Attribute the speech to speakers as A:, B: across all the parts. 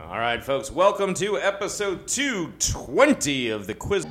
A: All right, folks, welcome to episode 220 of the quiz.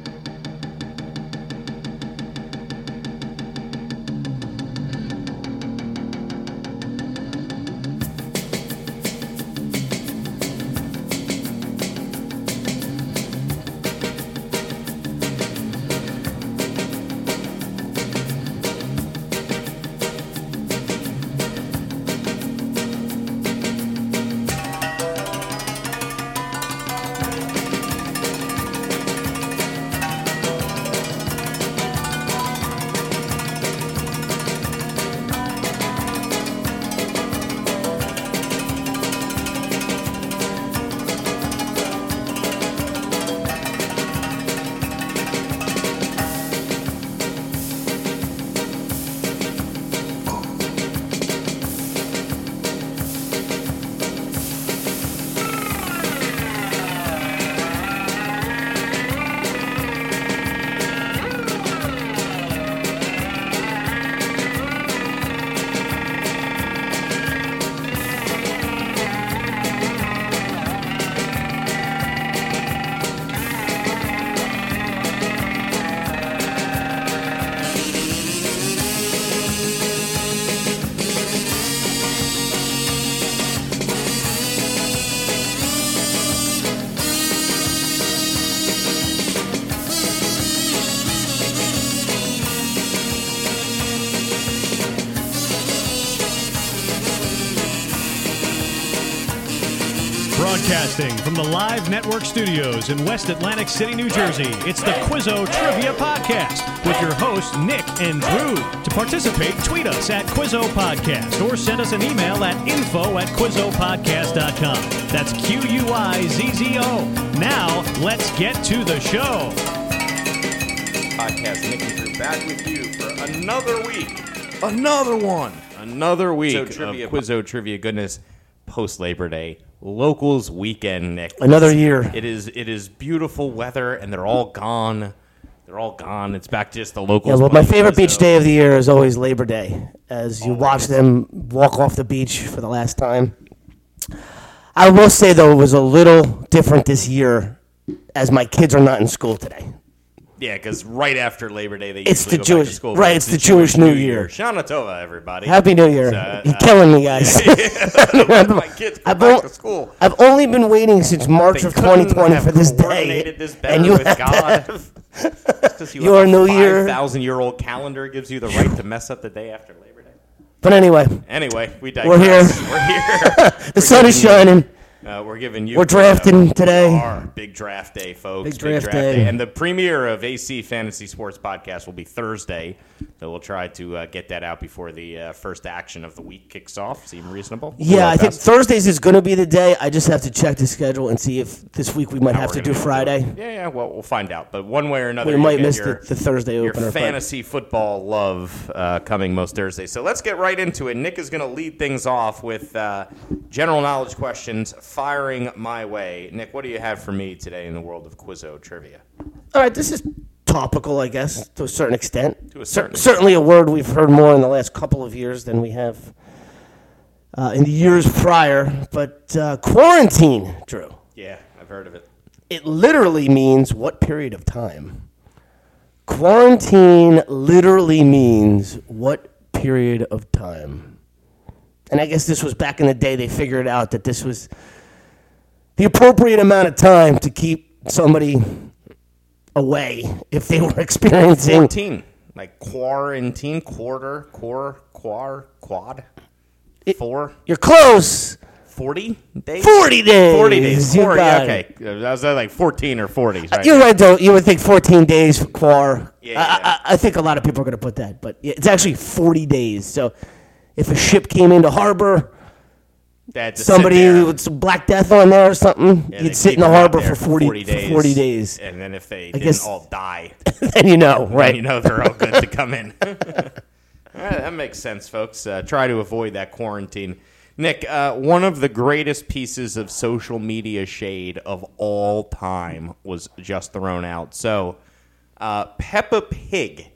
B: Broadcasting from the Live Network studios in West Atlantic City, New Jersey, it's the Quizzo Trivia Podcast with your hosts, Nick and Drew. To participate, tweet us at Quizzo Podcast or send us an email at info at QuizzoPodcast.com. That's Q U I Z Z O. Now, let's get to the show.
A: Podcast Nick and Drew back with you for another week.
C: Another one.
A: Another week
C: Quizzo
A: of
C: trivia.
A: Quizzo Trivia Goodness post Labor Day. Locals weekend, Nick.
C: Another year.
A: It is it is beautiful weather and they're all gone. They're all gone. It's back to just the locals.
C: Yeah, well, my
A: bunch,
C: favorite beach
A: so-
C: day of the year is always Labor Day, as
A: Oh,
C: you watch them walk off the beach for the last time. I will say though, it was a little different this year, as my kids are not in school today.
A: Yeah, because right after Labor Day they
C: It's
A: usually go
C: the
A: back to
C: Jewish-
A: school.
C: right,
A: but
C: it's the Jewish New Year.
A: Shana Tova, everybody.
C: Happy New Year!
A: uh,
C: You're killing me, guys.
A: my kids go
C: I've
A: back
C: on-
A: to school.
C: I've only been waiting since March
A: They
C: of
A: couldn't
C: 2020
A: have
C: for this day,
A: coordinated this better with
C: have to
A: God.
C: have-
A: Because you
C: Your
A: have a
C: New Year-
A: thousand year old calendar gives you the right to mess up the day after Labor Day.
C: But anyway,
A: Anyway, we digress.
C: We're here.
A: We're here.
C: the sun is shining.
A: Uh, we're giving you.
C: We're drafting
A: uh,
C: today.
A: we are. big draft day, folks.
C: Big draft day.
A: And the premiere of AC Fantasy Sports Podcast will be Thursday. So we'll try to uh, get that out before the uh, first action of the week kicks off. Seem reasonable? We'll do
C: Yeah,
A: our
C: I think
A: best.
C: Thursdays is going to be the day. I just have to check the schedule and see if this week we might have
A: we're
C: to
A: gonna
C: do
A: be able to
C: Friday.
A: Yeah, yeah. Well, we'll find out. But one way or another,
C: We
A: you'll
C: might
A: get
C: miss
A: your,
C: the, the Thursday
A: your
C: opener. but-
A: fantasy football love uh, coming most Thursday. So let's get right into it. Nick is going to lead things off with uh, general knowledge questions firing my way. Nick, what do you have for me today in the world of Quizzo trivia?
C: All right, this is topical, I guess, to a certain extent.
A: To a certain
C: Cer- certainly a word we've heard more in the last couple of years than we have uh, in the years prior. But uh, quarantine, Drew.
A: Yeah, I've heard of it.
C: It literally means what period of time? Quarantine literally means what period of time? And I guess this was back in the day they figured out that this was the appropriate amount of time to keep somebody away if they were experiencing.
A: Quarantine, like quarantine, quarter, core, quar, quad,
C: It-
A: four,
C: You're close.
A: 40 days?
C: 40 days.
A: 40 days.
C: You
A: Quar-
C: got
A: yeah,
C: it. Uh,
A: okay. I was at like 14 or 40s, right?
C: You're right, though. You would think 14 days for Quar.
A: Yeah, yeah,
C: I, I, I think a lot of people are going to put that, but yeah, it's actually 40 days. So if a ship came into harbor,
A: That just sit
C: somebody
A: there.
C: with some Black Death on there or something,
A: Yeah, they
C: you'd sit
A: keep
C: in the
A: them out
C: harbor
A: there
C: for 40, days. 40 days.
A: And then if they didn't
C: guess-
A: all die,
C: and you know,
A: then
C: right?
A: you know they're all good to come in. all right, that makes sense, folks. Uh, try to avoid that quarantine. Nick, uh, one of the greatest pieces of social media shade of all time was just thrown out. So, uh, Peppa Pig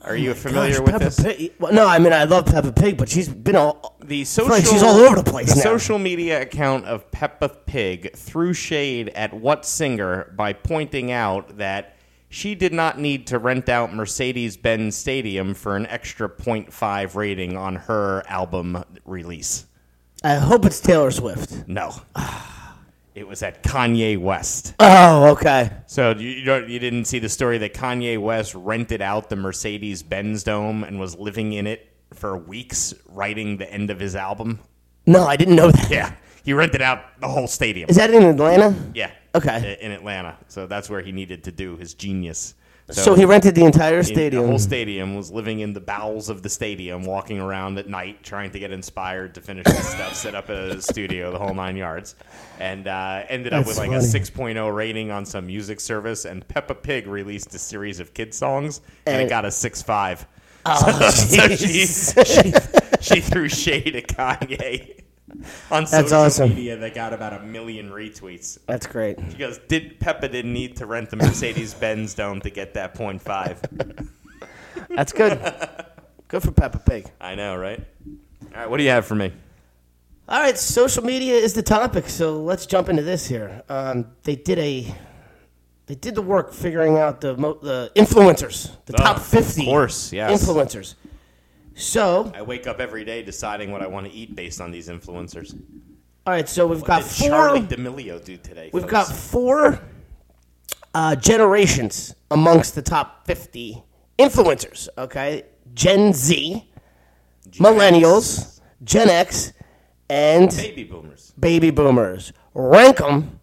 A: Are you familiar
C: Oh Gosh,
A: with
C: Peppa
A: this?
C: Pig. well, no, I mean I love Peppa Pig, but she's been all
A: The social
C: Frank, she's all over the place
A: the
C: now.
A: social media account of Peppa Pig threw shade at what singer by pointing out that she did not need to rent out Mercedes-Benz Stadium for an extra 0.5 rating on her album release.
C: I hope it's Taylor Swift.
A: No. It was at Kanye West.
C: Oh, okay.
A: So you you, don't, you didn't see the story that Kanye West rented out the Mercedes Benz Dome and was living in it for weeks, writing the end of his album.
C: No, I didn't know that. Is
A: Yeah, he rented out the whole stadium.
C: that in Atlanta?
A: yeah.
C: Okay.
A: i- In Atlanta, so that's where he needed to do his genius.
C: So, he rented the entire
A: in- The
C: stadium.
A: whole stadium was living in the bowels of the stadium, walking around at night, trying to get inspired to finish his stuff, set up a studio, the whole nine yards, and uh, ended up
C: That's
A: with like
C: funny.
A: a 6.0 rating on some music service. And Peppa Pig released a series of kid songs, and,
C: And-
A: it got a 6.5.
C: Oh,
A: so she,
C: jeez.
A: she, she threw shade at Kanye on social
C: awesome.
A: media that got about a million retweets.
C: That's great.
A: She goes, "Did Peppa didn't need to rent the Mercedes Benz Dome to get that point five?
C: That's good. good for Peppa Pig.
A: I know, right? All right, what do you have for me?
C: All right, social media is the topic, so let's jump into this here. Um, they did a, they did the work figuring out the mo- the influencers, the
A: Oh,
C: top
A: of
C: fifty,
A: course, yes.
C: influencers. So,
A: I wake up every day deciding what I want to eat based on these influencers.
C: all right, so we've got
A: Did
C: four.
A: Charlie D'Amelio do today?
C: We've
A: folks?
C: got four uh, generations amongst the top 50 influencers, okay? Gen Z, millennials, Gen X, and
A: baby boomers.
C: baby boomers. Rank them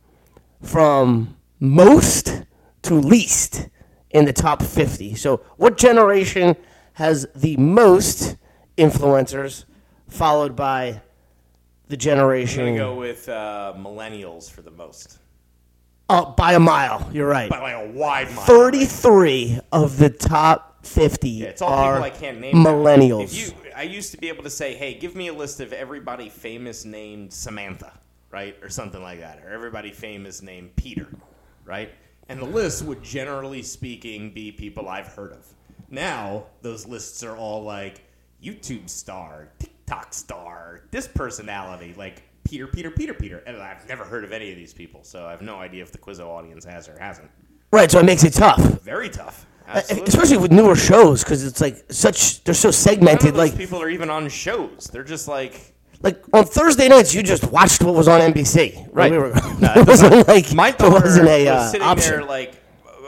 C: from most to least in the top 50. So, what generation has the most influencers, followed by the
A: I'm
C: generation
A: gonna go with uh, millennials for the most,
C: uh, by a mile? You're right.
A: by like a wide mile.
C: 33 of the top 50
A: Yeah, It's all
C: are
A: people I can't name. now.
C: millennials.
A: If you, I used to be able to say, "Hey, give me a list of everybody famous named Samantha," right, or something like that, or everybody famous named Peter, right? And the list would, generally speaking, be people I've heard of. Now those lists are all like YouTube star, TikTok star, this personality, like Peter, Peter, Peter, Peter, and I've never heard of any of these people, so I have no idea if the Quizzo audience has or hasn't.
C: right, so it makes it tough.
A: Very tough. Absolutely.
C: Uh, Especially with newer shows because it's like such, they're so
A: None of
C: segmented.
A: those
C: Like,
A: people are even on shows. They're just like
C: like on Thursday nights, you just watched what was on NBC. when
A: Right.
C: We were, it wasn't like,
A: my
C: there
A: daughter
C: wasn't a
A: was
C: uh,
A: sitting
C: option.
A: there like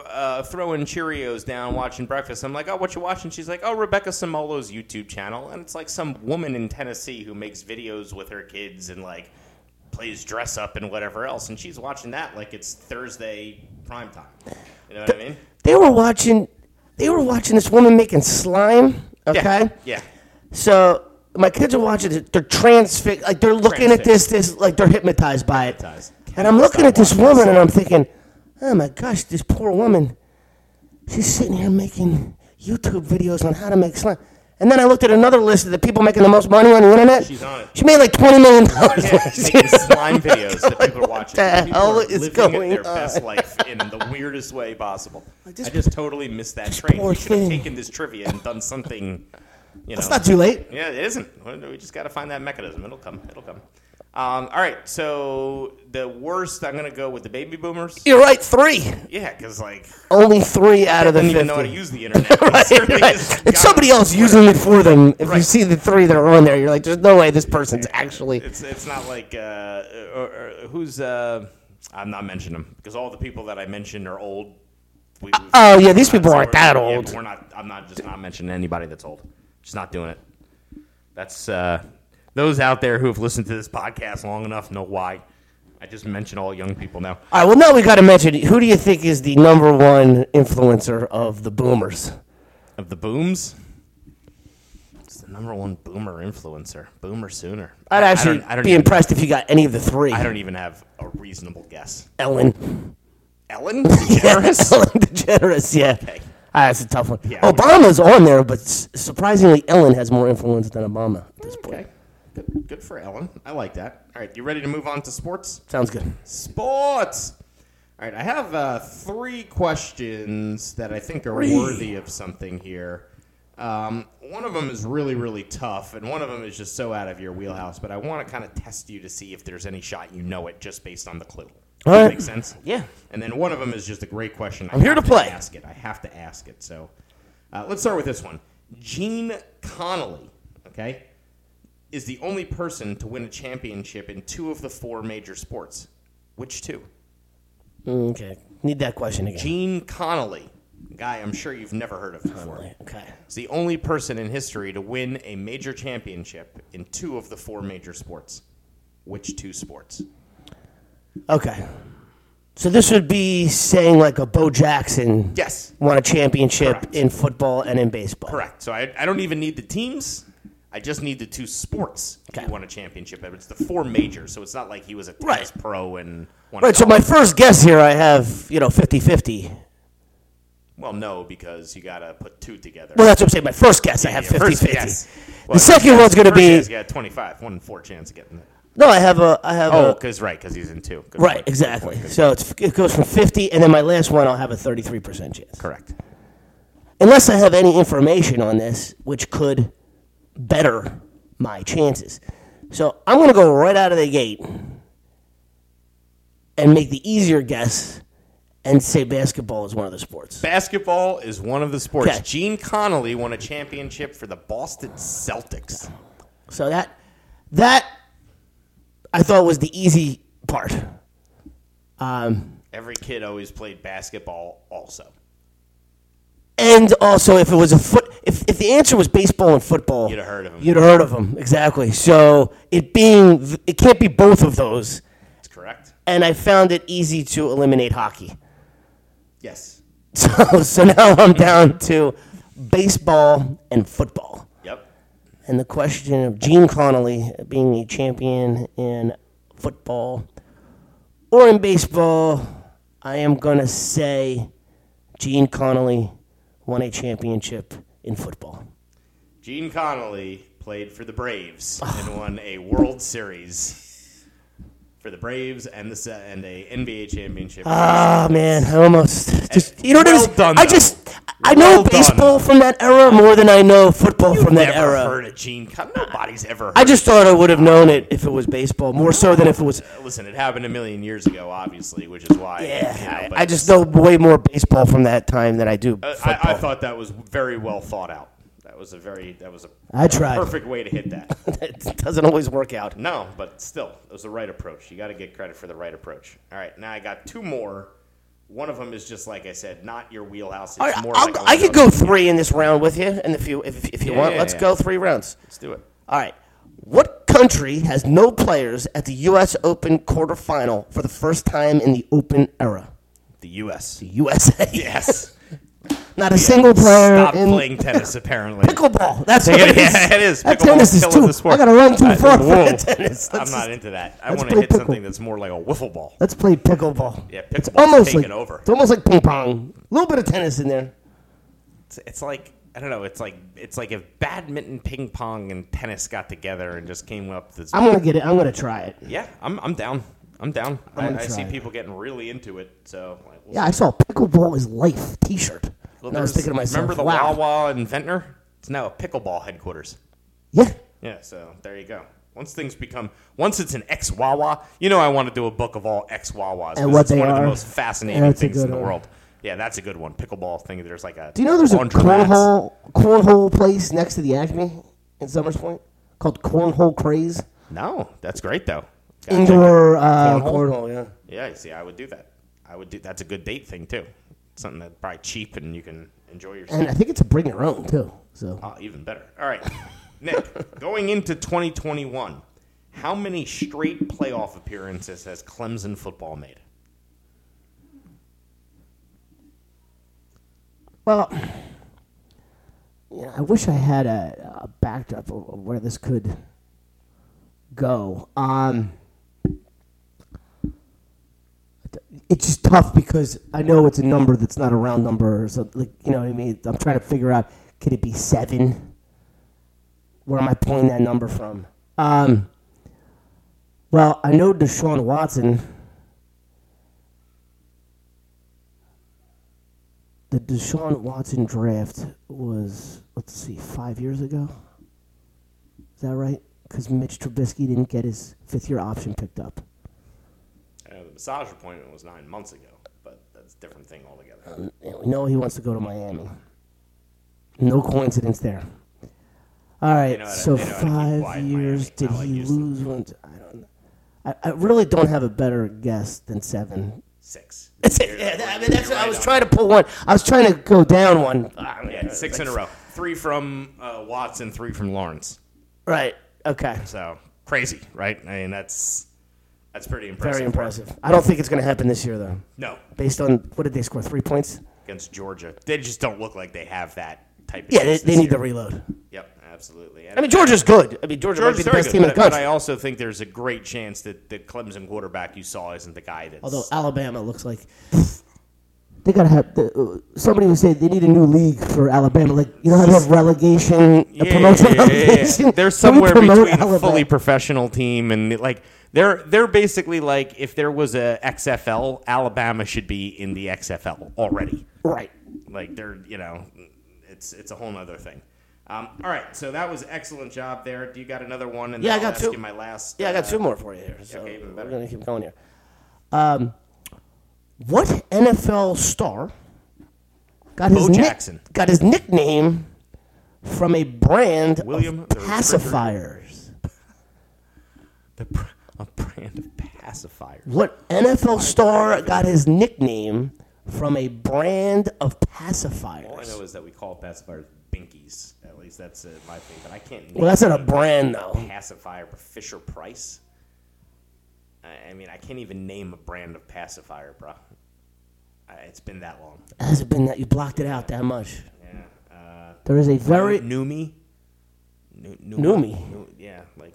A: uh, throwing Cheerios down, watching breakfast. I'm like, oh, what you watching? She's like, oh, Rebecca Samolo's YouTube channel, and it's like some woman in Tennessee who makes videos with her kids and like plays dress up and whatever else, and she's watching that like it's Thursday prime time. You know what I mean?
C: They were watching, they were watching this woman making slime, okay?
A: Yeah.
C: So my kids are watching it. They're transfixed. Like they're looking at this, this, like they're hypnotized by it.
A: Hypnotized.
C: And I'm looking at this woman, and I'm thinking, oh my gosh, this poor woman. She's sitting here making YouTube videos on how to make slime. And then I looked at another list of the people making the most money on the internet.
A: She's on it.
C: She made like twenty million dollars.
A: Yeah, it's like the slime videos that people are watching.
C: the
A: people
C: hell
A: are
C: is
A: living
C: going
A: their
C: on?
A: best life in the weirdest way possible.
C: this
A: I just totally missed that train.
C: poor
A: We should have
C: thing.
A: taken this trivia and done something. You know,
C: It's not too late.
A: yeah, it isn't. We just got to find that mechanism. It'll come. It'll come. Um, all right. So the worst, I'm gonna go with the baby boomers.
C: You're right. Three.
A: Yeah, because like
C: Only three out of the
A: I don't
C: fifty.
A: even know how to use the internet.
C: Right,
A: It's really
C: right.
A: just
C: It's somebody
A: gone.
C: else using it for them. If you
A: Right.
C: see the three that are on there, you're like, there's no way this person's actually.
A: It's it's not like uh, or, or who's uh, I'm not mentioning them because all the people that I mentioned are old. We, we-
C: Oh yeah, these people
A: so
C: aren't
A: we're-
C: that
A: yeah,
C: old.
A: we're not. I'm not just not mentioning anybody that's old. Just not doing it. That's uh, those out there who have listened to this podcast long enough know why. I just mention all young people now.
C: All right. Well, now we got to mention who do you think is the number one influencer of the boomers?
A: Of the booms, it's the number one boomer influencer. Boomer sooner.
C: I'd
A: I- I
C: actually
A: don't- I don't
C: be
A: even-
C: impressed if you got any of the three.
A: I don't even have a reasonable guess.
C: Ellen.
A: Ellen DeGeneres.
C: Ellen DeGeneres. Yeah.
A: Okay.
C: Ah, that's a tough one.
A: Yeah, I would-
C: Obama's on there, but s- surprisingly, Ellen has more influence than Obama at this point.
A: Okay. Good, good for Ellen. I like that. All right, you ready to move on to sports?
C: Sounds good.
A: Sports! All right, I have uh, three questions that I think are worthy of something here. Um, one of them is really, really tough, and one of them is just so out of your wheelhouse. But I want to kind of test you to see if there's any shot you know it just based on the clue. Does
C: All
A: that
C: right.
A: make sense?
C: Yeah.
A: And then one of them is just a great question. I
C: I'm here
A: have
C: to play.
A: Ask it. I have to ask it. So uh, let's start with this one. Gene Connolly, okay, is the only person to win a championship in two of the four major sports. Which two?
C: Mm, Okay. Need that question again.
A: Gene Connolly, guy I'm sure you've never heard of before,
C: Okay.
A: is the only person in history to win a major championship in two of the four major sports. Which two sports?
C: Okay. So this would be saying like a Bo Jackson
A: Yes.
C: won a championship
A: Correct.
C: in football and in baseball.
A: Correct. So I, I don't even need the teams. I just need the two sports. He
C: Okay.
A: won a championship, but it's the four majors, so it's not like he was a tennis
C: Right.
A: pro and won a
C: Right, so
A: golf.
C: my first guess here I have, you know, 50-50.
A: well, no, because you got to put two together.
C: Well, that's what I'm saying. My first guess I have
A: Yeah, first
C: 50-50.
A: guess.
C: The
A: Well,
C: second
A: yes,
C: one's going to
A: first
C: be
A: guess, yeah, twenty-five, one in four chance of getting it.
C: No, I have a I have
A: Oh,
C: a
A: because right, because he's in two. Good
C: Right,
A: point, good
C: exactly.
A: point, good
C: So it's, it goes from 50 and then my last one I'll have a 33% chance.
A: Correct.
C: unless I have any information on this, which could better my chances. So I'm going to go right out of the gate and make the easier guess and say basketball is one of the sports.
A: Basketball is one of the sports.
C: Okay.
A: Gene Connolly won a championship for the Boston Celtics.
C: So that that I thought was the easy part. Um,
A: Every kid always played basketball, also.
C: and also, if it was a foot, if, if the answer was baseball and football,
A: You'd have heard of 'em.
C: You'd have heard of them exactly. So it being th- it can't be both of those.
A: That's correct.
C: and I found it easy to eliminate hockey.
A: Yes.
C: So, so now I'm down to baseball and football.
A: Yep.
C: And the question of Gene Connolly being a champion in football or in baseball, I am going to say Gene Connolly won a championship in football.
A: Gene Connolly played for the Braves and won a World Series for the Braves and the Se- and a NBA championship.
C: Ah, man, I almost just you know what it
A: Well
C: is?
A: done,
C: I
A: though.
C: just I know
A: Well done.
C: baseball from that era more than I know football from that
A: Never
C: era.
A: heard of Gene Connolly. Nobody's ever heard.
C: I just thought I would have known it if it was baseball, more so than if it was.
A: Listen, it happened a million years ago, obviously, which is why. you know,
C: Yeah,
A: but Uh,
C: I, I just know way more baseball from that time than I do
A: I-
C: football.
A: I, I thought that was very well thought out. That was a very that was a
C: I tried.
A: perfect way to hit that.
C: it doesn't always work out.
A: No, but still, it was the right approach. You got to get credit for the right approach. All right, now I got two more. One of them is just like I said, not your wheelhouse. It's
C: All right,
A: more
C: I'll,
A: like a
C: I could
A: little-
C: go three in this round with you, and if you if, if you
A: Yeah,
C: want,
A: yeah,
C: let's
A: yeah.
C: go three rounds.
A: Let's do it.
C: All right. What country has no players at the U.S. Open quarterfinal for the first time in the Open era?
A: The U.S.
C: USA.
A: Yes.
C: Not a single player.
A: Stop
C: in
A: playing tennis, apparently.
C: Pickleball. That's what
A: Yeah,
C: it is.
A: yeah, it is.
C: That
A: Pickleball
C: tennis is
A: kills
C: too.
A: the sport.
C: I gotta run too
A: Uh,
C: far for
A: whoa.
C: the tennis.
A: I'm
C: That's
A: not
C: just-
A: into that. I
C: let's
A: want to
C: play
A: hit
C: pickle.
A: something that's more like a wiffle ball.
C: Let's play pickleball.
A: Yeah, pickleball's
C: almost
A: taken
C: like,
A: over.
C: It's almost like ping pong. A little bit of tennis in there.
A: It's, it's like I don't know. It's like it's like if badminton, ping pong, and tennis got together and just came up. This,
C: I'm gonna get it. I'm gonna try it.
A: yeah, I'm I'm down. I'm down. I,
C: gonna
A: I see
C: try.
A: people getting really into it. So like, we'll
C: Yeah, I saw pickleball is life T-shirt.
A: Well,
C: and I was
A: there's-
C: thinking to myself,
A: remember the
C: wow.
A: Wawa in Ventnor? It's now a pickleball headquarters.
C: Yeah,
A: Yeah, so there you go. Once things become, once it's an ex Wawa, you know I want to do a book of all ex Wawas. 'cause
C: And what
A: it's
C: they
A: one of
C: are.
A: the most fascinating
C: That's a
A: things in
C: good
A: the
C: one.
A: world. Yeah, that's a good one. Pickleball thing. There's like a.
C: do you know there's a
A: laundromat.
C: cornhole cornhole place next to the Acme in Summers Point called Cornhole Craze?
A: No, that's great though. Gotta check it out.
C: Indoor uh,
A: Cornhole?
C: cornhole? Yeah.
A: Yeah, you see, I would do that. I would do. That's a good date thing too. Something that's probably cheap and you can enjoy yourself.
C: And I think it's a bring your own too. So
A: Oh, even better. All right. Nick, going into 2021, how many straight playoff appearances has Clemson football made?
C: Well, yeah, I wish I had a, a backdrop of of where this could go. Um, it's just tough because I know it's a number that's not a round number. So, like, you know what I mean? I'm trying to figure out could it be seven? Where am I pulling that number from? Um, well, I know Deshaun Watson. the Deshaun Watson draft was let's see, five years ago. Is that right? Because Mitch Trubisky didn't get his fifth year option picked up.
A: I know the massage appointment was nine months ago, but that's a different thing altogether.
C: And we know he wants to go to Miami. No coincidence there. All right,
A: know how to-
C: so
A: they know how to keep
C: five
A: quiet in
C: years.
A: Miami,
C: Did
A: not like
C: he
A: Houston.
C: lose one? t- I don't. know. I, I really don't have a better guess than seven.
A: Six.
C: That's it. Yeah, that- I mean, that's. I was trying to pull one. I was trying to go down one. Ah, man.
A: Six in a row. Three from uh, Watson, three from Lawrence.
C: Right. Okay.
A: So crazy, right? I mean, that's that's pretty impressive.
C: Very impressive. I don't think it's going to happen this year, though.
A: No,
C: Based on what did they score? Three points.
A: against Georgia, they just don't look like they have that type. of
C: Yeah, they,
A: defense
C: they
A: this
C: need to
A: year.
C: reload.
A: Yep, absolutely. And
C: I mean, Georgia's good. I mean, Georgia might be
A: Georgia's
C: the
A: very
C: best
A: good,
C: team in
A: but,
C: the
A: but I
C: country.
A: also think there's a great chance that the Clemson quarterback you saw isn't the guy that's.
C: Although Alabama looks like they gotta have the, uh, somebody would say they need a new league for Alabama. Like you know how they have relegation, a
A: Yeah,
C: promotion,
A: yeah, yeah, yeah.
C: relegation.
A: They're
C: Can we
A: somewhere
C: promote
A: between
C: Alabama?
A: fully professional team and like they're they're basically like if there was a XFL, Alabama should be in the XFL already.
C: right.
A: Like they're you know, it's it's a whole nother thing. Um, all right, so that was excellent job there. Do you got another one? And
C: Yeah,
A: then
C: I got
A: I'll ask
C: two.
A: you my last.
C: Yeah, I got
A: uh,
C: two more for you here. So
A: okay, even
C: we're
A: better.
C: gonna keep going here. Um, what NFL star got his
A: Bo
C: nick-
A: Jackson.
C: got his nickname from a brand
A: William
C: of
A: the Refrigerator.
C: pacifiers?
A: The, br- a brand of pacifier.
C: What NFL star got his nickname from a brand of
A: All I
C: pacifiers?
A: know is that we call pacifiers binkies. At least that's uh, my thing. But I can't.
C: Well, that's not a brand though.
A: pacifier Fisher Price. I I mean, I can't even name a brand of pacifier, bro. I- It's been that long.
C: Has it been that you blocked it out that much?
A: Yeah. Uh,
C: There is a very
A: Numi. Nu- Numi.
C: Numi?
A: Nu- yeah, like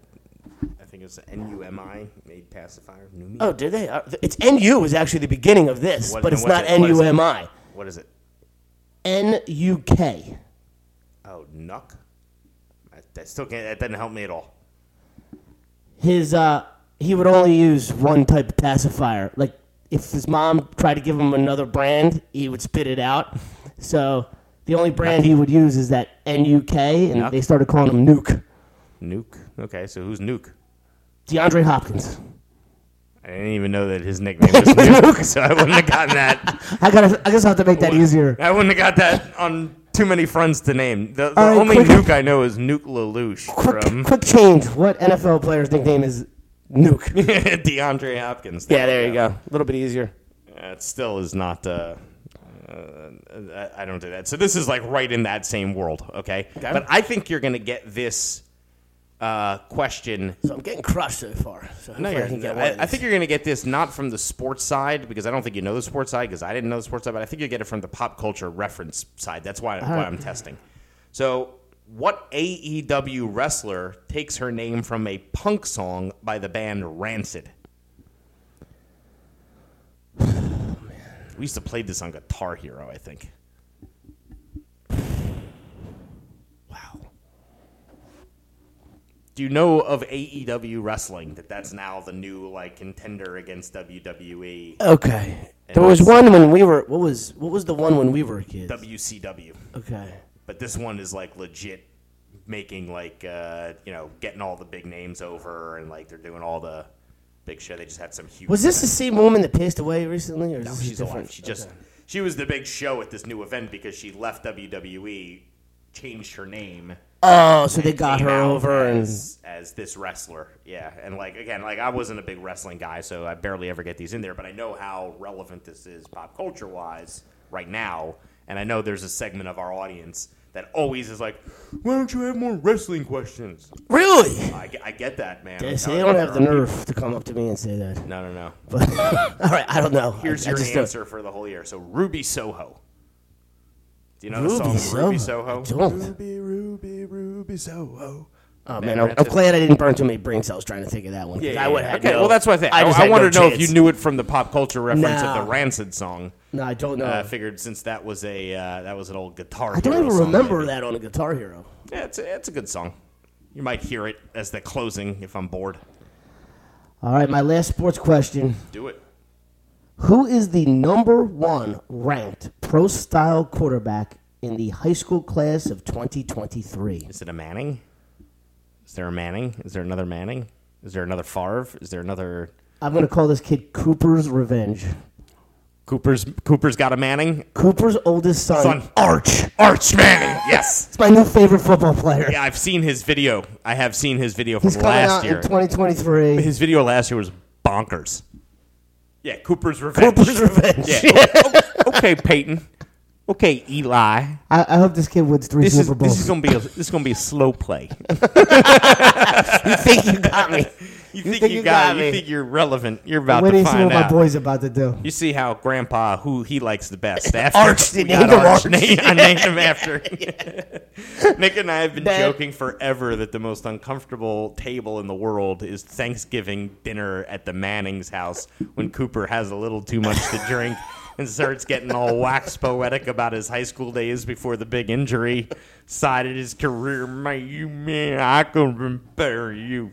A: I think it's N U M I made pacifier. Numi.
C: oh, did they? Uh, It's NU is actually the beginning of this,
A: What-
C: but it's
A: what's
C: not
A: it- what is it?
C: NUMI.
A: What is it?
C: NUK.
A: Oh, Nuck. That, that still can't. That doesn't help me at all.
C: His uh, he would only use one type of pacifier. Like if his mom tried to give him another brand, he would spit it out. So the only brand he would use is that NUK, and
A: Nuke.
C: they started calling him Nuke.
A: Nuke. Okay, so who's Nuke?
C: DeAndre Hopkins.
A: I didn't even know that his nickname was Nuke, so I wouldn't have gotten that.
C: I gotta. I guess I have to make that easier.
A: I wouldn't have got that on too many fronts to name. The, the
C: All right,
A: only
C: quick-
A: nuke I know is Nuke Lelouch
C: Quick,
A: from
C: quick change. What NFL player's nickname is Nuke?
A: DeAndre Hopkins.
C: Yeah, there you go. A little bit easier.
A: It still is not. Uh, uh, I- I don't do that. So this is like right in that same world, okay? But I think you're gonna get this uh, question.
C: So I'm getting crushed so far. So
A: No,
C: hopefully
A: you're,
C: I, can get one
A: I,
C: of
A: I
C: these.
A: think you're gonna get this not from the sports side because I don't think you know the sports side because I didn't know the sports side, but I think you get it from the pop culture reference side. That's why, why
C: right.
A: I'm testing. So, what AEW wrestler takes her name from a punk song by the band Rancid? We used to play this on Guitar Hero, I think. Wow. Do you know of AEW wrestling that that's now the new like contender against E, WWE,
C: Okay. There was one when we were. What was what was the one when we were kids?
A: WCW?
C: okay.
A: but this one is like legit making like uh you know getting all the big names over and like they're doing all the big shit they just had some huge
C: Was this the
A: event.
C: same woman that passed away recently, or is this
A: she's
C: different?
A: alive she just
C: Okay.
A: she was the big show at this new event because she left wwe changed her name
C: Oh, so they got
A: came
C: her
A: out
C: over and.
A: as, as this wrestler yeah and like again like i wasn't a big wrestling guy so i barely ever get these in there but i know how relevant this is pop culture wise right now and i know there's a segment of our audience that always is like why don't you have more wrestling questions
C: Really?
A: i, I get that man
C: They
A: I'm
C: say
A: telling
C: they don't
A: you,
C: have the
A: there are
C: nerve to come up to me and say that.
A: people- no no no
C: But all right, I don't know. I-
A: here's
C: I
A: your
C: just don't-
A: answer for the whole year so ruby soho do you know
C: Ruby
A: the song ruby
C: Soho.
A: soho
C: I don't.
A: ruby ruby ruby soho
C: Oh man,
A: Matt
C: I'm, I'm
A: Ratcliffe.
C: glad I didn't burn too many brain cells trying to think of that one. 'cause I would have.
A: Okay,
C: no-
A: well, that's what I think. I,
C: just
A: I
C: had no
A: wanted to know if
C: chance.
A: you knew it from the pop culture reference of
C: No.
A: the Rancid song. Uh,
C: No, I don't know.
A: I figured since that was a uh, that was an old guitar.
C: I don't
A: Hero
C: even
A: song,
C: remember
A: maybe.
C: that on a Guitar Hero.
A: Yeah, it's a, it's a good song. You might hear it as the closing if I'm bored.
C: All right, my last sports question:
A: Do it.
C: Who is the number one ranked pro style quarterback in the high school class of 2023?
A: Is it a Manning? Is there a Manning? Is there another Manning? Is there another Favre? Is there another
C: I'm going to call this kid Cooper's Revenge.
A: Cooper's? Cooper's got a Manning.
C: Cooper's oldest son,
A: Son.
C: Arch.
A: Arch Manning. Yes.
C: It's my new favorite football player.
A: Yeah, I've seen his video. I have seen his video from
C: He's coming
A: last
C: out
A: year.
C: in 2023.
A: his video last year was bonkers. Yeah, Cooper's revenge.
C: Cooper's Revenge.
A: Yeah. O- o- okay, Peyton. Okay, Eli.
C: I, I hope this kid wins three
A: This is
C: Super Bowls.
A: this is gonna be a, this is gonna be a slow play.
C: you think you got me?
A: You think, you, got, it. You think you're relevant. You're about
C: Wait
A: to
C: till you see
A: find
C: what my
A: out.
C: boy's about to do.
A: You see how Grandpa, who he likes the best, after
C: Arch, they
A: we got
C: named him Arch.
A: Name- I named him after. Nick and I have been
C: That-
A: joking forever that the most uncomfortable table in the world is Thanksgiving dinner at the Manning's house when Cooper has a little too much to drink and starts getting all wax poetic about his high school days before the big injury side of his career. Man, you man, I could compare you,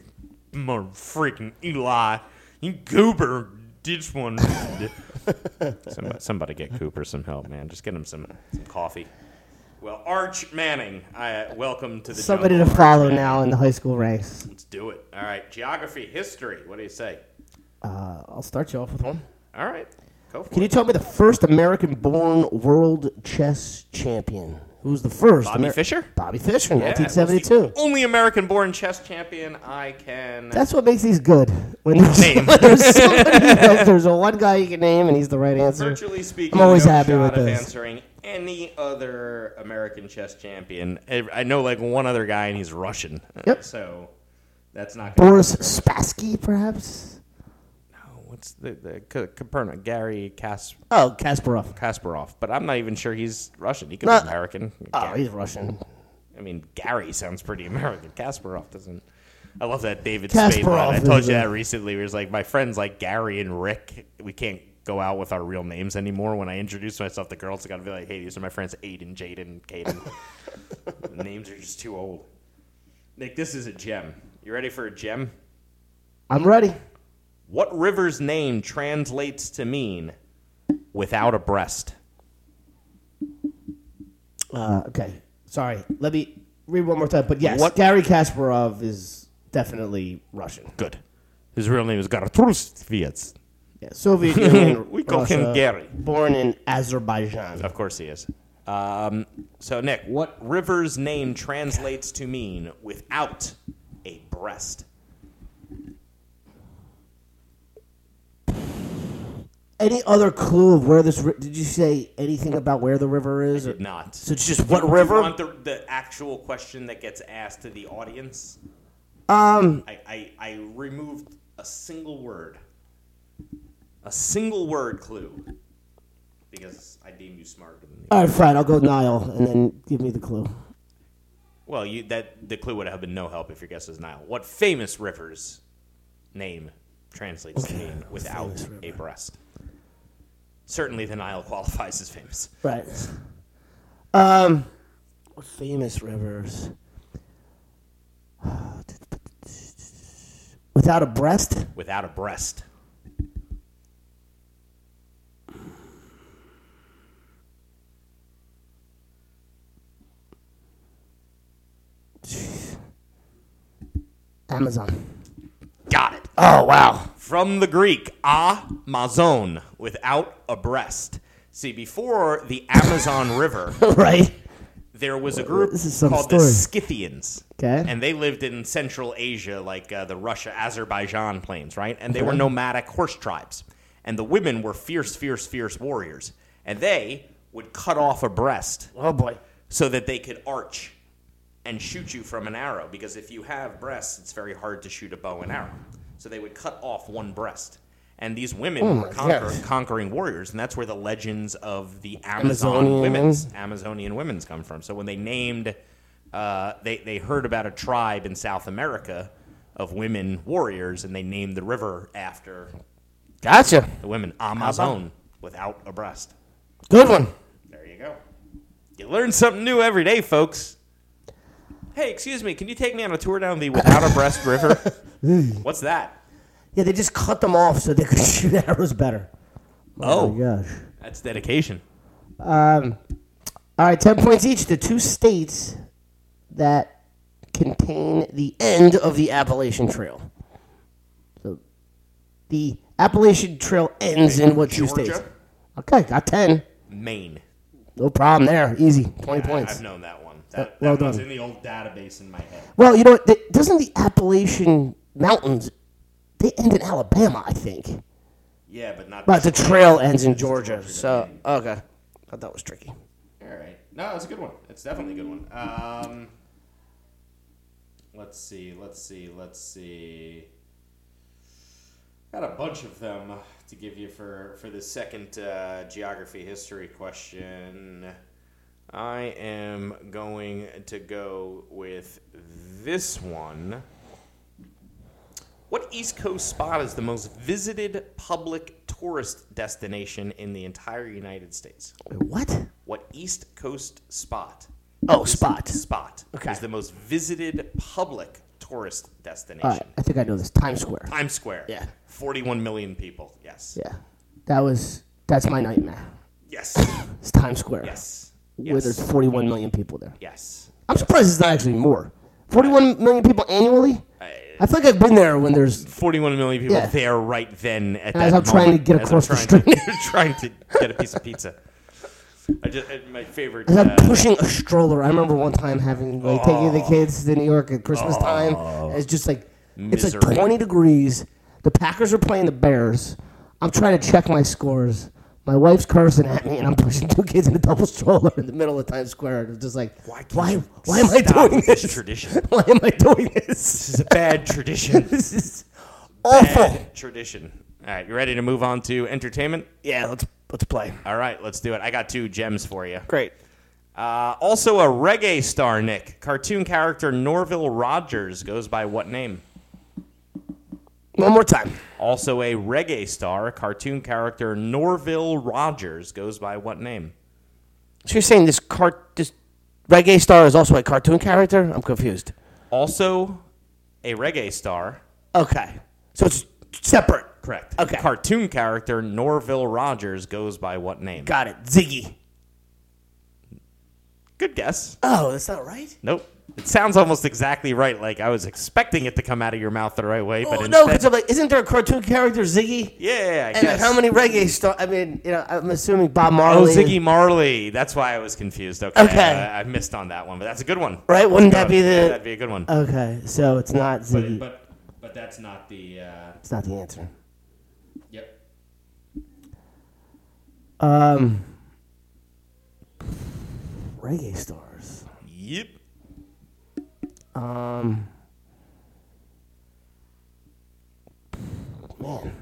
A: more freaking Eli. You Cooper, this one. somebody, uh, somebody get Cooper some help, man. Just get him some, some coffee. Well, Arch Manning, I, uh, welcome to the
C: Somebody to
A: jungle, Arch
C: follow
A: Manning.
C: now in the high school ranks.
A: Let's do it. All right, geography, history. What do you say?
C: Uh, I'll start you off with one.
A: All right, go for it.
C: Can you tell me the first American-born world chess champion? Who was the first?
A: Bobby Fischer?
C: Bobby Fischer,
A: Yeah, it was the
C: 1972.
A: only American-born chess champion I can.
C: That's what makes these good. When there's,
A: Name.
C: when there's somebody else, there's a one guy you can name, and he's the right answer.
A: Virtually speaking,
C: I'm always
A: no
C: happy
A: shot
C: with
A: of
C: this.
A: answering any other American chess champion. I I know like one other guy, and he's Russian.
C: Yep.
A: So that's not. gonna
C: Boris
A: work.
C: Spassky, perhaps.
A: Oh, What's the, the K- Copernic? Gary Kas,
C: Oh, Kasparov.
A: Kasparov, but I'm not even sure he's Russian. He could
C: No.
A: be American.
C: Oh, he's Russian.
A: I mean, Gary sounds pretty American. Kasparov doesn't. I love that David Spade
C: Kasparov
A: line. I
C: is
A: told you
C: a-
A: that recently. Where it's like, my friends like Gary and Rick, we can't go out with our real names anymore. When I introduce myself to girls, I gotta be like, hey, these are my friends Aiden, Jaden, Caden. the names are just too old. Nick, this is a gem. You ready for a gem?
C: I'm ready.
A: What river's name translates to mean without a breast?
C: Uh, okay. Sorry. Let me read one more time. But yes,
A: What-
C: Gary Kasparov is definitely Russian.
A: Good. His real name is Garatrusviets.
C: Yeah, Soviet Union.
A: We call him
C: Russia,
A: Gary.
C: Born in Azerbaijan.
A: Of course he is. Um, so, Nick, what river's name translates to mean without a breast?
C: Any other clue of where this? Ri- did you say anything about where the river is? or-
A: Not.
C: So it's just
A: Do
C: what
A: you
C: river?
A: want the, the actual question that gets asked to the audience?
C: Um,
A: I, I, I removed a single word. A single word clue. Because I deem you smarter than me.
C: all right, Fred. I'll go Nile, and then give me the clue.
A: Well, you that the clue would have been no help if your guess was Nile. What famous river's name translates to mean without a breast? Certainly, the Nile qualifies as famous.
C: Right. Um, what famous rivers? Without a breast,
A: Without a breast,
C: Amazon.
A: got it.
C: Oh wow.
A: From the Greek amazon, without a breast. See, before the Amazon River,
C: right.
A: there was a group
C: this is some
A: called the Scythians.
C: Okay.
A: And they lived in Central Asia, like uh, the Russia Azerbaijan plains, right? And they were nomadic horse tribes. And the women were fierce, fierce, fierce warriors. And they would cut off a breast
C: Oh boy.
A: so that they could arch and shoot you from an arrow. Because if you have breasts, it's very hard to shoot a bow and arrow. So they would cut off one breast. And these women were
C: Oh my
A: conquer-
C: God.
A: conquering warriors, and that's where the legends of the Amazon
C: Amazonian
A: women's Amazonian women's come from. So when they named, uh, they they heard about a tribe in South America of women warriors, and they named the river after
C: Gotcha.
A: the women Amazon without a breast.
C: Good one.
A: There you go. You learn something new every day, folks. Hey, excuse me, can you take me on a tour down the Without a Breast River? What's that?
C: Yeah, they just cut them off so they could shoot arrows better.
A: Oh,
C: my gosh.
A: that's dedication.
C: Um, all right, 10 points each to two states that contain the end of the Appalachian Trail. So the Appalachian Trail ends in what two
A: Georgia?
C: states? Okay, got 10.
A: Maine.
C: No problem there. Easy. 20
A: I,
C: points.
A: have known that one. That,
C: well
A: that one's
C: done.
A: in the old database in my head.
C: Well, you know what? th- Doesn't the Appalachian Mountains, they end in Alabama, I think.
A: Yeah, but not.
C: But the trail ends in Georgia. So, okay. Thought that was tricky.
A: All right. No, it's a good one. It's definitely a good one. Um, let's see. Let's see. Let's see. Got a bunch of them to give you for for the second uh, geography history question. I am going to go with this one. What East Coast spot is the most visited public tourist destination in the entire United States?
C: Wait, what?
A: What East Coast spot?
C: Oh, spot.
A: Spot
C: Okay.
A: is the most visited public tourist destination.
C: All right, I think I know this. Times Square.
A: Times Square.
C: Yeah.
A: 41 million people. Yes.
C: Yeah, that was that's my nightmare.
A: Yes.
C: It's Times Square.
A: yes.
C: Where there's
A: Yes.
C: 41 million people there.
A: Yes.
C: I'm surprised it's not actually more. 41 million people annually. I feel like I've been there when there's
A: 41 million people
C: Yeah.
A: there right then at
C: as
A: that
C: I'm trying
A: moment,
C: to get
A: as
C: across
A: I'm
C: the
A: trying To, trying to get a piece of pizza. I just, uh, my favorite.
C: as I'm
A: uh,
C: pushing a stroller. I remember one time having like taking
A: Oh.
C: the kids to New York at Christmas time. and It's just like it's
A: Misery.
C: like 20 degrees. The Packers are playing the Bears. I'm trying to check my scores. My wife's cursing at me, and I'm pushing two kids in a double stroller in the middle of Times Square. And it's just like, why?
A: can't
C: Why,
A: you
C: why am I
A: stop
C: doing
A: with this
C: this?
A: tradition?
C: why am I doing this?
A: this is a bad tradition.
C: This is awful.
A: Bad tradition. All right, you ready to move on to entertainment?
C: Yeah, let's let's play.
A: All right, let's do it. I got two gems for you.
C: Great.
A: Uh, also a reggae star, Nick. Cartoon character Norville Rogers goes by what name?
C: One more time.
A: Also a reggae star, cartoon character Norville Rogers goes by what name?
C: So you're saying this cart this reggae star is also a cartoon character? I'm confused.
A: Also a reggae star.
C: Okay. So it's separate.
A: Correct.
C: Okay.
A: Cartoon character Norville Rogers goes by what name?
C: Got it. Ziggy.
A: Good guess.
C: Oh, that's not right.
A: Nope. It sounds almost exactly right. Like I was expecting it to come out of your mouth the right way, but
C: Oh, no,
A: instead,
C: because I'm like, isn't there a cartoon character Ziggy?
A: yeah. I
C: And
A: guess.
C: how many reggae star? I mean, you know, I'm assuming Bob
A: Oh,
C: Marley.
A: Ziggy Marley. That's why I was confused. Okay.
C: Okay.
A: I, I missed on that one, but that's a good one.
C: Right? Wouldn't that
A: Good.
C: be the- Uh,
A: Yeah, that'd be a good one.
C: Okay, so it's not Ziggy.
A: but but that's not the. Uh,
C: it's not the answer.
A: yep.
C: Um, reggae stars.
A: Yep.
C: Um, man,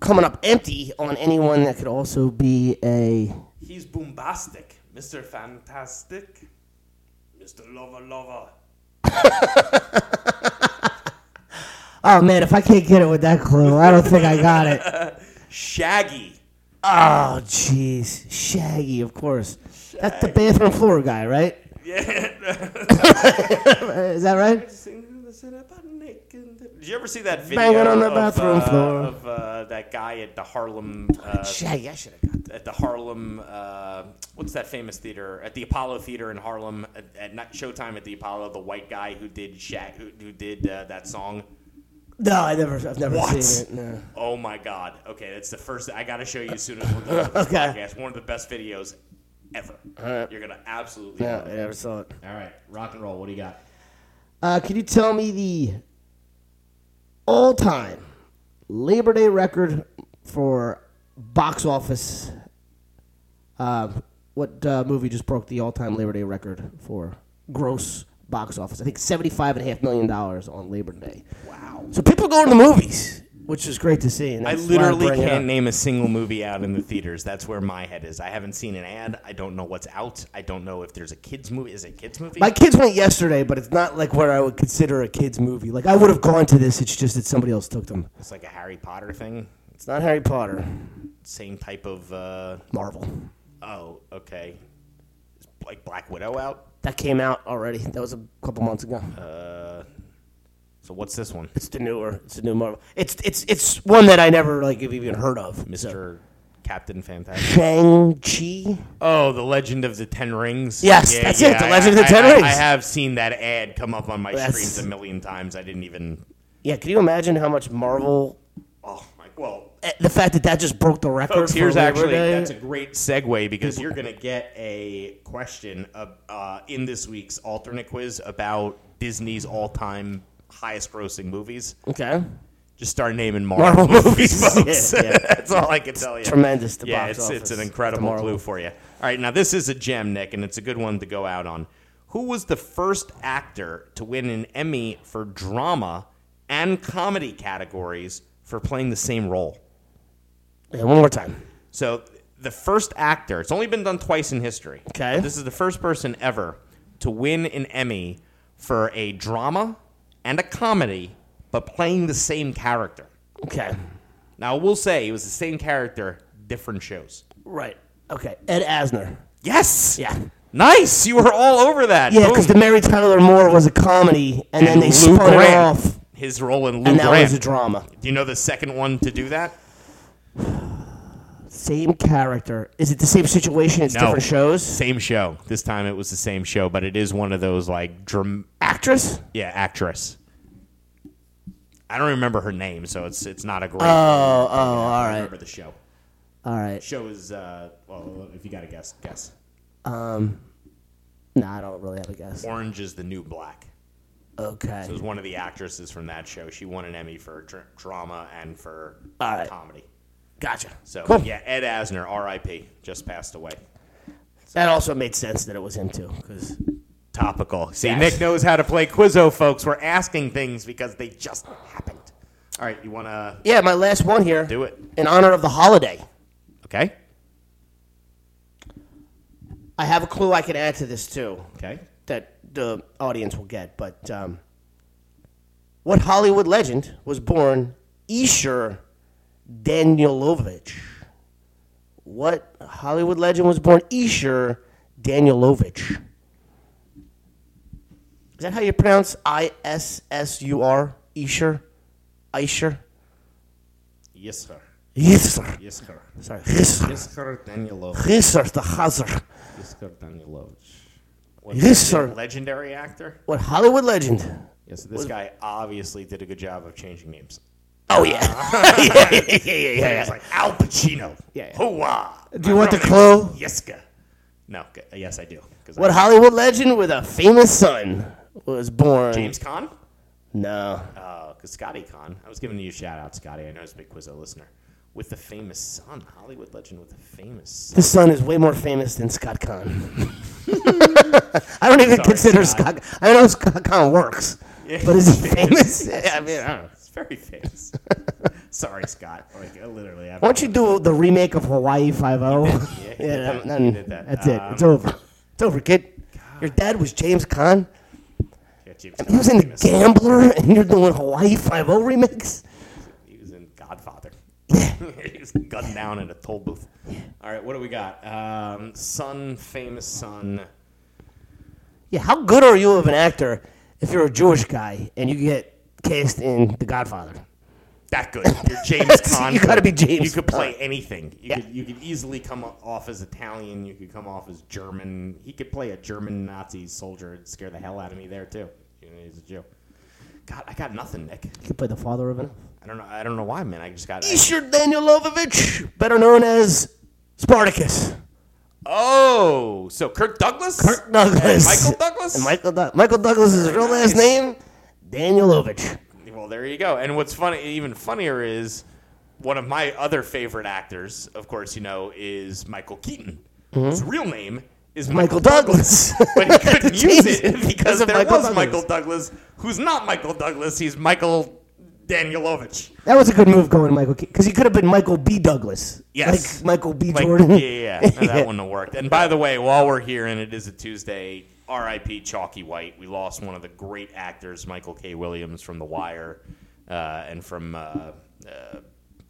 C: coming up empty on anyone that could also be a.
A: He's bombastic, Mr. Fantastic, Mr. Lover Lover.
C: Oh man, if I can't get it with that clue, I don't think I got it.
A: Shaggy.
C: Oh jeez, Shaggy, of course. That's the bathroom floor guy, right?
A: Yeah.
C: Is that right?
A: Did you ever see that video
C: Banging on the
A: of,
C: bathroom
A: uh,
C: floor.
A: of uh, that guy at the Harlem uh,
C: Shaggy, I should have got.
A: at the Harlem, uh, what's that famous theater? At the Apollo Theater in Harlem, at, at night Showtime at the Apollo, the white guy who did Shaq, who, who did uh, that song.
C: That. No, I never, I've never
A: What?
C: seen it. No.
A: Oh my God! Okay, that's the first I got to show you as soon as we're done with this
C: Okay.
A: podcast. One of the best videos ever. You're gonna absolutely.
C: No,
A: love
C: I
A: it.
C: never saw it.
A: All right, rock and roll. What do you got?
C: Uh, can you tell me the all-time Labor Day record for box office? Uh, what uh, movie just broke the all-time Labor Day record for gross box office? I think seventy-five and a half million dollars on Labor Day. Wow! So people go to the movies, which is great to see. And
A: I
C: that's why I'm
A: literally
C: bringing it
A: can't
C: up.
A: name a single movie out in the theaters. That's where my head is. I haven't seen an ad. I don't know what's out. I don't know if there's a kids movie. Is it a kids movie?
C: My kids went yesterday, but it's not like where I would consider a kids movie. Like I would have gone to this. It's just that somebody else took them.
A: it's like a Harry Potter thing.
C: It's not Harry Potter.
A: Same type of. Uh,
C: Marvel.
A: Oh, okay. Is like Black Widow out?
C: That came out already. That was a couple months ago.
A: Uh, So what's this one?
C: It's the newer. It's the new Marvel. It's it's it's one that I never like have even heard of. So-
A: Mr. Captain Fantastic.
C: Shang Chi.
A: Oh, the Legend of the Ten Rings.
C: Yes, that's it, The Legend of the
A: I-
C: Ten
A: I-
C: Rings.
A: I have seen that ad come up on my
C: That's-
A: screens a million times. I didn't even.
C: Yeah, can you imagine how much Marvel?
A: Oh my. Well,
C: eh, The fact that that just broke the record.
A: folks,
C: for
A: here's
C: Labor
A: actually
C: Day.
A: that's a great segue because you're going to get a question of, uh, in this week's alternate quiz about Disney's all-time highest-grossing movies.
C: okay.
A: Just start naming Marvel,
C: Marvel
A: movies,
C: movies,
A: folks.
C: yeah, yeah.
A: that's all I can tell you.
C: Tremendous. The
A: yeah,
C: box
A: it's, it's an
C: office
A: incredible
C: tomorrow.
A: clue for you. All right, now this is a gem, Nick, and it's a good one to go out on. Who was the first actor to win an Emmy for drama and comedy categories for playing the same role?
C: Yeah, one more time.
A: So the first actor, it's only been done twice in history.
C: Okay.
A: But This is the first person ever to win an Emmy for a drama and a comedy, but playing the same character.
C: Okay.
A: Now, I will say it was the same character, different shows.
C: Right. Okay. Ed Asner.
A: Yes.
C: Yeah.
A: Nice. You were all over that.
C: Yeah, because the
A: Boom.
C: Mary Tyler Moore was a comedy, and, then they
A: Lou
C: spun it
A: Grant,
C: off,
A: His role in Lou
C: and that
A: Grant.
C: was a drama.
A: Do you know the second one to do that?
C: Same character. Is it the same situation? It's
A: No.
C: different shows.
A: Same show. This time it was the same show, but it is one of those like dram-
C: Actress.
A: yeah, actress. I don't remember her name, so it's it's not a great.
C: Oh, oh, all
A: I
C: right,
A: remember the show.
C: all right.
A: Show is uh, well, if you got to guess, guess.
C: No, I don't really have a guess.
A: Orange is the new black.
C: Okay.
A: It was one of the actresses from that show. She won an Emmy for dr- drama and for
C: All right.
A: comedy.
C: Gotcha.
A: So
C: Cool.
A: yeah, Ed Asner, R.I.P. Just passed away.
C: That also made sense that it was him too, because
A: Topical. See,
C: Yes.
A: Nick knows how to play Quizzo, folks. We're asking things because they just happened. All right, you want to
C: yeah, my last one here.
A: do it?
C: In honor of the holiday,
A: Okay.
C: I have a clue I can add to this too
A: Okay.
C: that the audience will get. But um, what Hollywood legend was born Ishur Danielovich? What Hollywood legend was born Ishur Danielovich? Is that how you pronounce I S S U R? Ishur? Ishur?
A: Yes, sir.
C: Yes, sir.
A: Yes, sir.
C: Sorry. Yes, sir.
A: Yes, sir. Daniel
C: Yes, sir. The Hazar.
A: Iskar Danilovich.
C: Yes, sir.
A: Legendary actor.
C: What Hollywood legend?
A: Yes, this guy obviously did a good job of changing names.
C: Oh, yeah. yeah, yeah, yeah, yeah, yeah.
A: It's like Al Pacino.
C: Yeah, yeah.
A: Hoo-ah.
C: Do you want the clue?
A: Yeska. No. g- Yes, I do. 'cause I-
C: What Hollywood legend with a famous son was born?
A: James Caan?
C: No.
A: Uh, 'cause Scotty Khan. I was giving you a shout out, Scotty. I know it's a big Quizzo listener. With the famous son, Hollywood legend with the famous son.
C: His son is way more famous than Scott Kahn. I don't even consider Scott. I know Scott Kahn works, but is he famous? Yeah, I mean, I don't know.
A: It's very famous. Sorry, Scott. Like I literally, I
C: Why don't you do the remake of Hawaii Five O?
A: Yeah, he did
C: Yeah,
A: that.
C: then-
A: He did that. Um,
C: that's it. It's over. It's over, kid. Your dad was James Kahn.
A: Yeah, James
C: He was in The
A: famous.
C: Gambler, and you're doing Hawaii Five O remakes.
A: He was in Godfather. he was gunned down in a toll booth. All right, what do we got? Um, son, famous son.
C: Yeah, how good are you of an actor if you're a Jewish guy and you get cast in The Godfather?
A: That good. You're James Conn.
C: You gotta
A: good.
C: be James
A: You could play
C: Conn.
A: anything. You, could, you could easily come o- off as Italian. You could come off as German. He could play a German Nazi soldier and scare the hell out of me there too. You know, he's a Jew. God, I got nothing, Nick.
C: You can play the father of an.
A: I don't know. I don't know why, man. I just got. I-
C: Isher Danielovich, better known as Spartacus.
A: oh, so Kirk Douglas.
C: Kirk Douglas.
A: Michael Douglas?
C: And Michael, Doug- Michael Douglas is his real last name, Danielovich.
A: Well, there you go. And what's funny, even funnier, is one of my other favorite actors, of course, you know, is Michael Keaton. His real name is
C: Mm-hmm. Michael
A: Michael,
C: Douglas.
A: but he couldn't use it
C: Jesus,
A: because there
C: Michael
A: was
C: Douglas.
A: Michael Douglas, who's not Michael Douglas. He's Michael Danielovich.
C: That was a good move going to Michael because he could have been Michael B. Douglas.
A: Yes.
C: Like Michael B.
A: Like,
C: Jordan.
A: yeah, yeah, yeah. No,
C: Yeah.
A: that wouldn't have worked. And by the way, while we're here, and it is a Tuesday, R.I.P. Chalky White. We lost one of the great actors, Michael K. Williams, from The Wire, uh, and from uh, uh,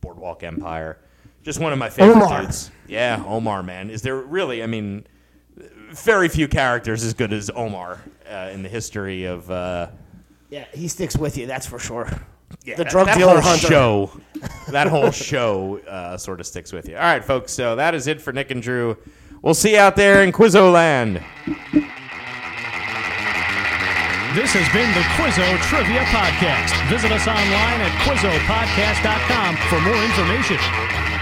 A: Boardwalk Empire. Just one of my favorite
C: Omar.
A: dudes. Yeah, Omar, man. Is there really? I mean, very few characters as good as Omar uh, in the history of. Uh,
C: Yeah, he sticks with you. That's for sure.
A: Yeah,
C: the
A: that-
C: drug
A: that
C: dealer
A: whole
C: hunter.
A: show. that whole show uh, sort of sticks with you. All right, folks. So that is it for Nick and Drew. We'll see you out there in Quizzoland.
B: This has been the Quizzo Trivia Podcast. Podcast. Visit us online at QuizzoPodcast.com for more information.